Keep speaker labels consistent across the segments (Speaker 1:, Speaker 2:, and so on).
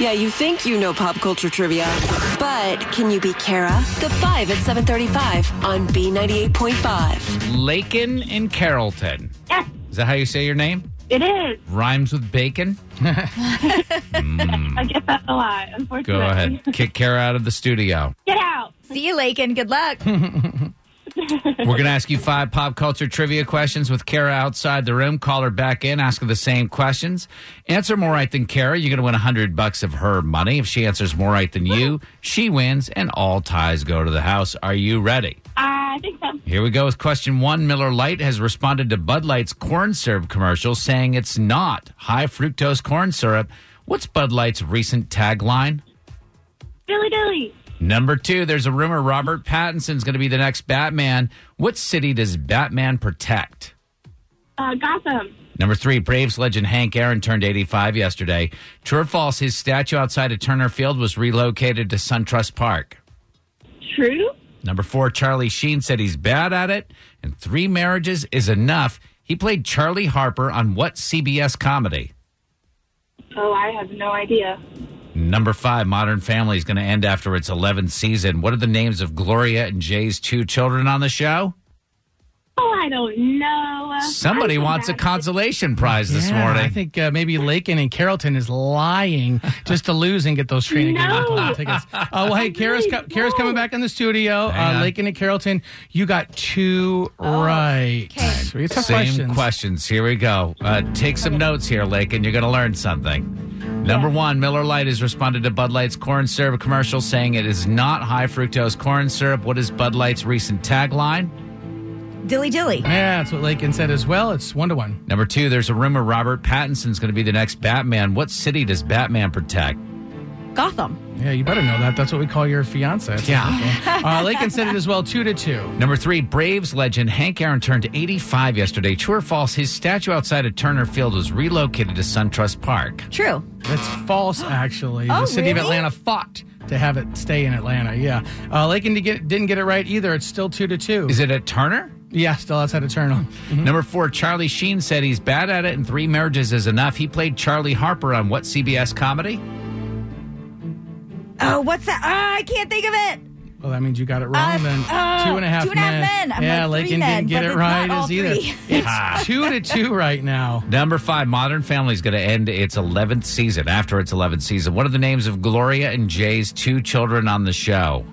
Speaker 1: Yeah, you think you know pop culture trivia, but can you beat Kara? The 5 at 735 on B98.5.
Speaker 2: Lakin in Carrollton.
Speaker 3: Yes,
Speaker 2: Is that how you say your name?
Speaker 3: it is.
Speaker 2: Rhymes with bacon?
Speaker 3: I get that a lot,
Speaker 2: Go
Speaker 3: unfortunately.
Speaker 2: ahead. Kick Kara out of the studio.
Speaker 3: Get out.
Speaker 4: See you, Lakin. Good luck.
Speaker 2: We're going to ask you five pop culture trivia questions with Kara outside the room. Call her back in, ask her the same questions. Answer more right than Kara, you're going to win 100 bucks of her money. If she answers more right than you, she wins and all ties go to the house. Are you ready?
Speaker 3: I think so.
Speaker 2: Here we go with question one. Miller Lite has responded to Bud Light's corn syrup commercial saying it's not high fructose corn syrup. What's Bud Light's recent tagline?
Speaker 3: Dilly dilly.
Speaker 2: Number two, there's a rumor Robert Pattinson's going to be the next Batman. What city does Batman protect?
Speaker 3: Uh, Gotham.
Speaker 2: Number three, Braves legend Hank Aaron turned 85 yesterday. True or false, his statue outside of Turner Field was relocated to SunTrust Park.
Speaker 3: True.
Speaker 2: Number four, Charlie Sheen said he's bad at it, and three marriages is enough. He played Charlie Harper on what CBS comedy?
Speaker 3: Oh, I have no idea.
Speaker 2: Number five, Modern Family is going to end after its 11th season. What are the names of Gloria and Jay's two children on the show?
Speaker 3: Oh, I don't know.
Speaker 2: Somebody
Speaker 3: I'm so
Speaker 2: wants a
Speaker 3: bad.
Speaker 2: consolation prize this
Speaker 5: Yeah,
Speaker 2: morning.
Speaker 5: I think uh, maybe Lakin and Carrollton is lying just to lose and get those train and
Speaker 3: No.
Speaker 5: game Bowl tickets. Uh, well, hey, Kara's, co- Kara's coming back in the studio.
Speaker 2: Hang
Speaker 5: Uh,
Speaker 2: on.
Speaker 5: Lakin and Carrollton, you got two
Speaker 4: Oh,
Speaker 5: right. Three tough
Speaker 2: Same
Speaker 5: questions.
Speaker 2: Here we go. Uh, take some notes here, Lake, and you're going to learn something. Number one, Miller Lite has responded to Bud Light's corn syrup commercial saying it is not high fructose corn syrup. What is Bud Light's recent tagline?
Speaker 4: Dilly dilly.
Speaker 5: Yeah, that's what Lakin said as well. It's one to one.
Speaker 2: Number two, there's a rumor Robert Pattinson's going to be the next Batman. What city does Batman protect?
Speaker 4: Gotham.
Speaker 5: Yeah, you better know that. That's what we call your fiance.
Speaker 2: Yeah.
Speaker 5: Uh, Lakin said it as well, two to two.
Speaker 2: Number three, Braves legend Hank Aaron turned 85 yesterday. True or false, his statue outside of Turner Field was relocated to SunTrust Park.
Speaker 4: True.
Speaker 5: That's false, actually.
Speaker 4: Oh,
Speaker 5: the city of
Speaker 4: really?
Speaker 5: Atlanta fought to have it stay in Atlanta. Yeah, uh, Lakin did get, didn't get it right either. It's still two to two.
Speaker 2: Is it at Turner?
Speaker 5: yeah, still outside of Turner.
Speaker 2: Number four, Charlie Sheen said he's bad at it and three marriages is enough. He played Charlie Harper on what CBS comedy?
Speaker 4: Oh, what's that? Oh, I can't think of it.
Speaker 5: Well, that means you got it wrong.
Speaker 4: Uh,
Speaker 5: then
Speaker 4: oh,
Speaker 5: two and a half
Speaker 4: Two and a Half
Speaker 5: men.
Speaker 4: Men. I'm
Speaker 5: yeah,
Speaker 4: like, three
Speaker 5: Lakin
Speaker 4: men,
Speaker 5: didn't get
Speaker 4: but
Speaker 5: it
Speaker 4: it's
Speaker 5: right
Speaker 4: not all
Speaker 5: is either.
Speaker 4: three.
Speaker 5: It's two to two right now.
Speaker 2: Number five, Modern Family is going to end its 11th season. After its 11th season, what are the names of Gloria and Jay's two children on the show?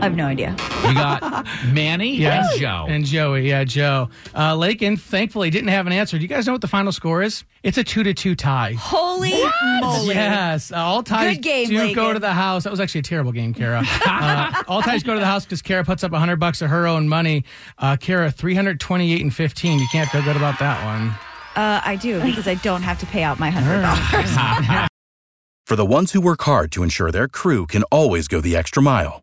Speaker 4: I have no idea.
Speaker 2: You got Manny and Joe.
Speaker 5: and Joey. Yeah, Joe. Uh, Lakin thankfully didn't have an answer. Do you guys know what the final score is? It's a two to two tie.
Speaker 4: Holy moly.
Speaker 5: Yes, uh, all ties
Speaker 4: Good game,
Speaker 5: do go
Speaker 4: Lakin.
Speaker 5: to the house. That was actually a terrible game, Kara. uh, all ties go to the house because Kara puts up 100 bucks of her own money. Uh, Kara, 328 and 15. You can't feel good about that one.
Speaker 4: Uh, I do because I don't have to pay out my hundred dollars.
Speaker 6: For the ones who work hard to ensure their crew can always go the extra mile,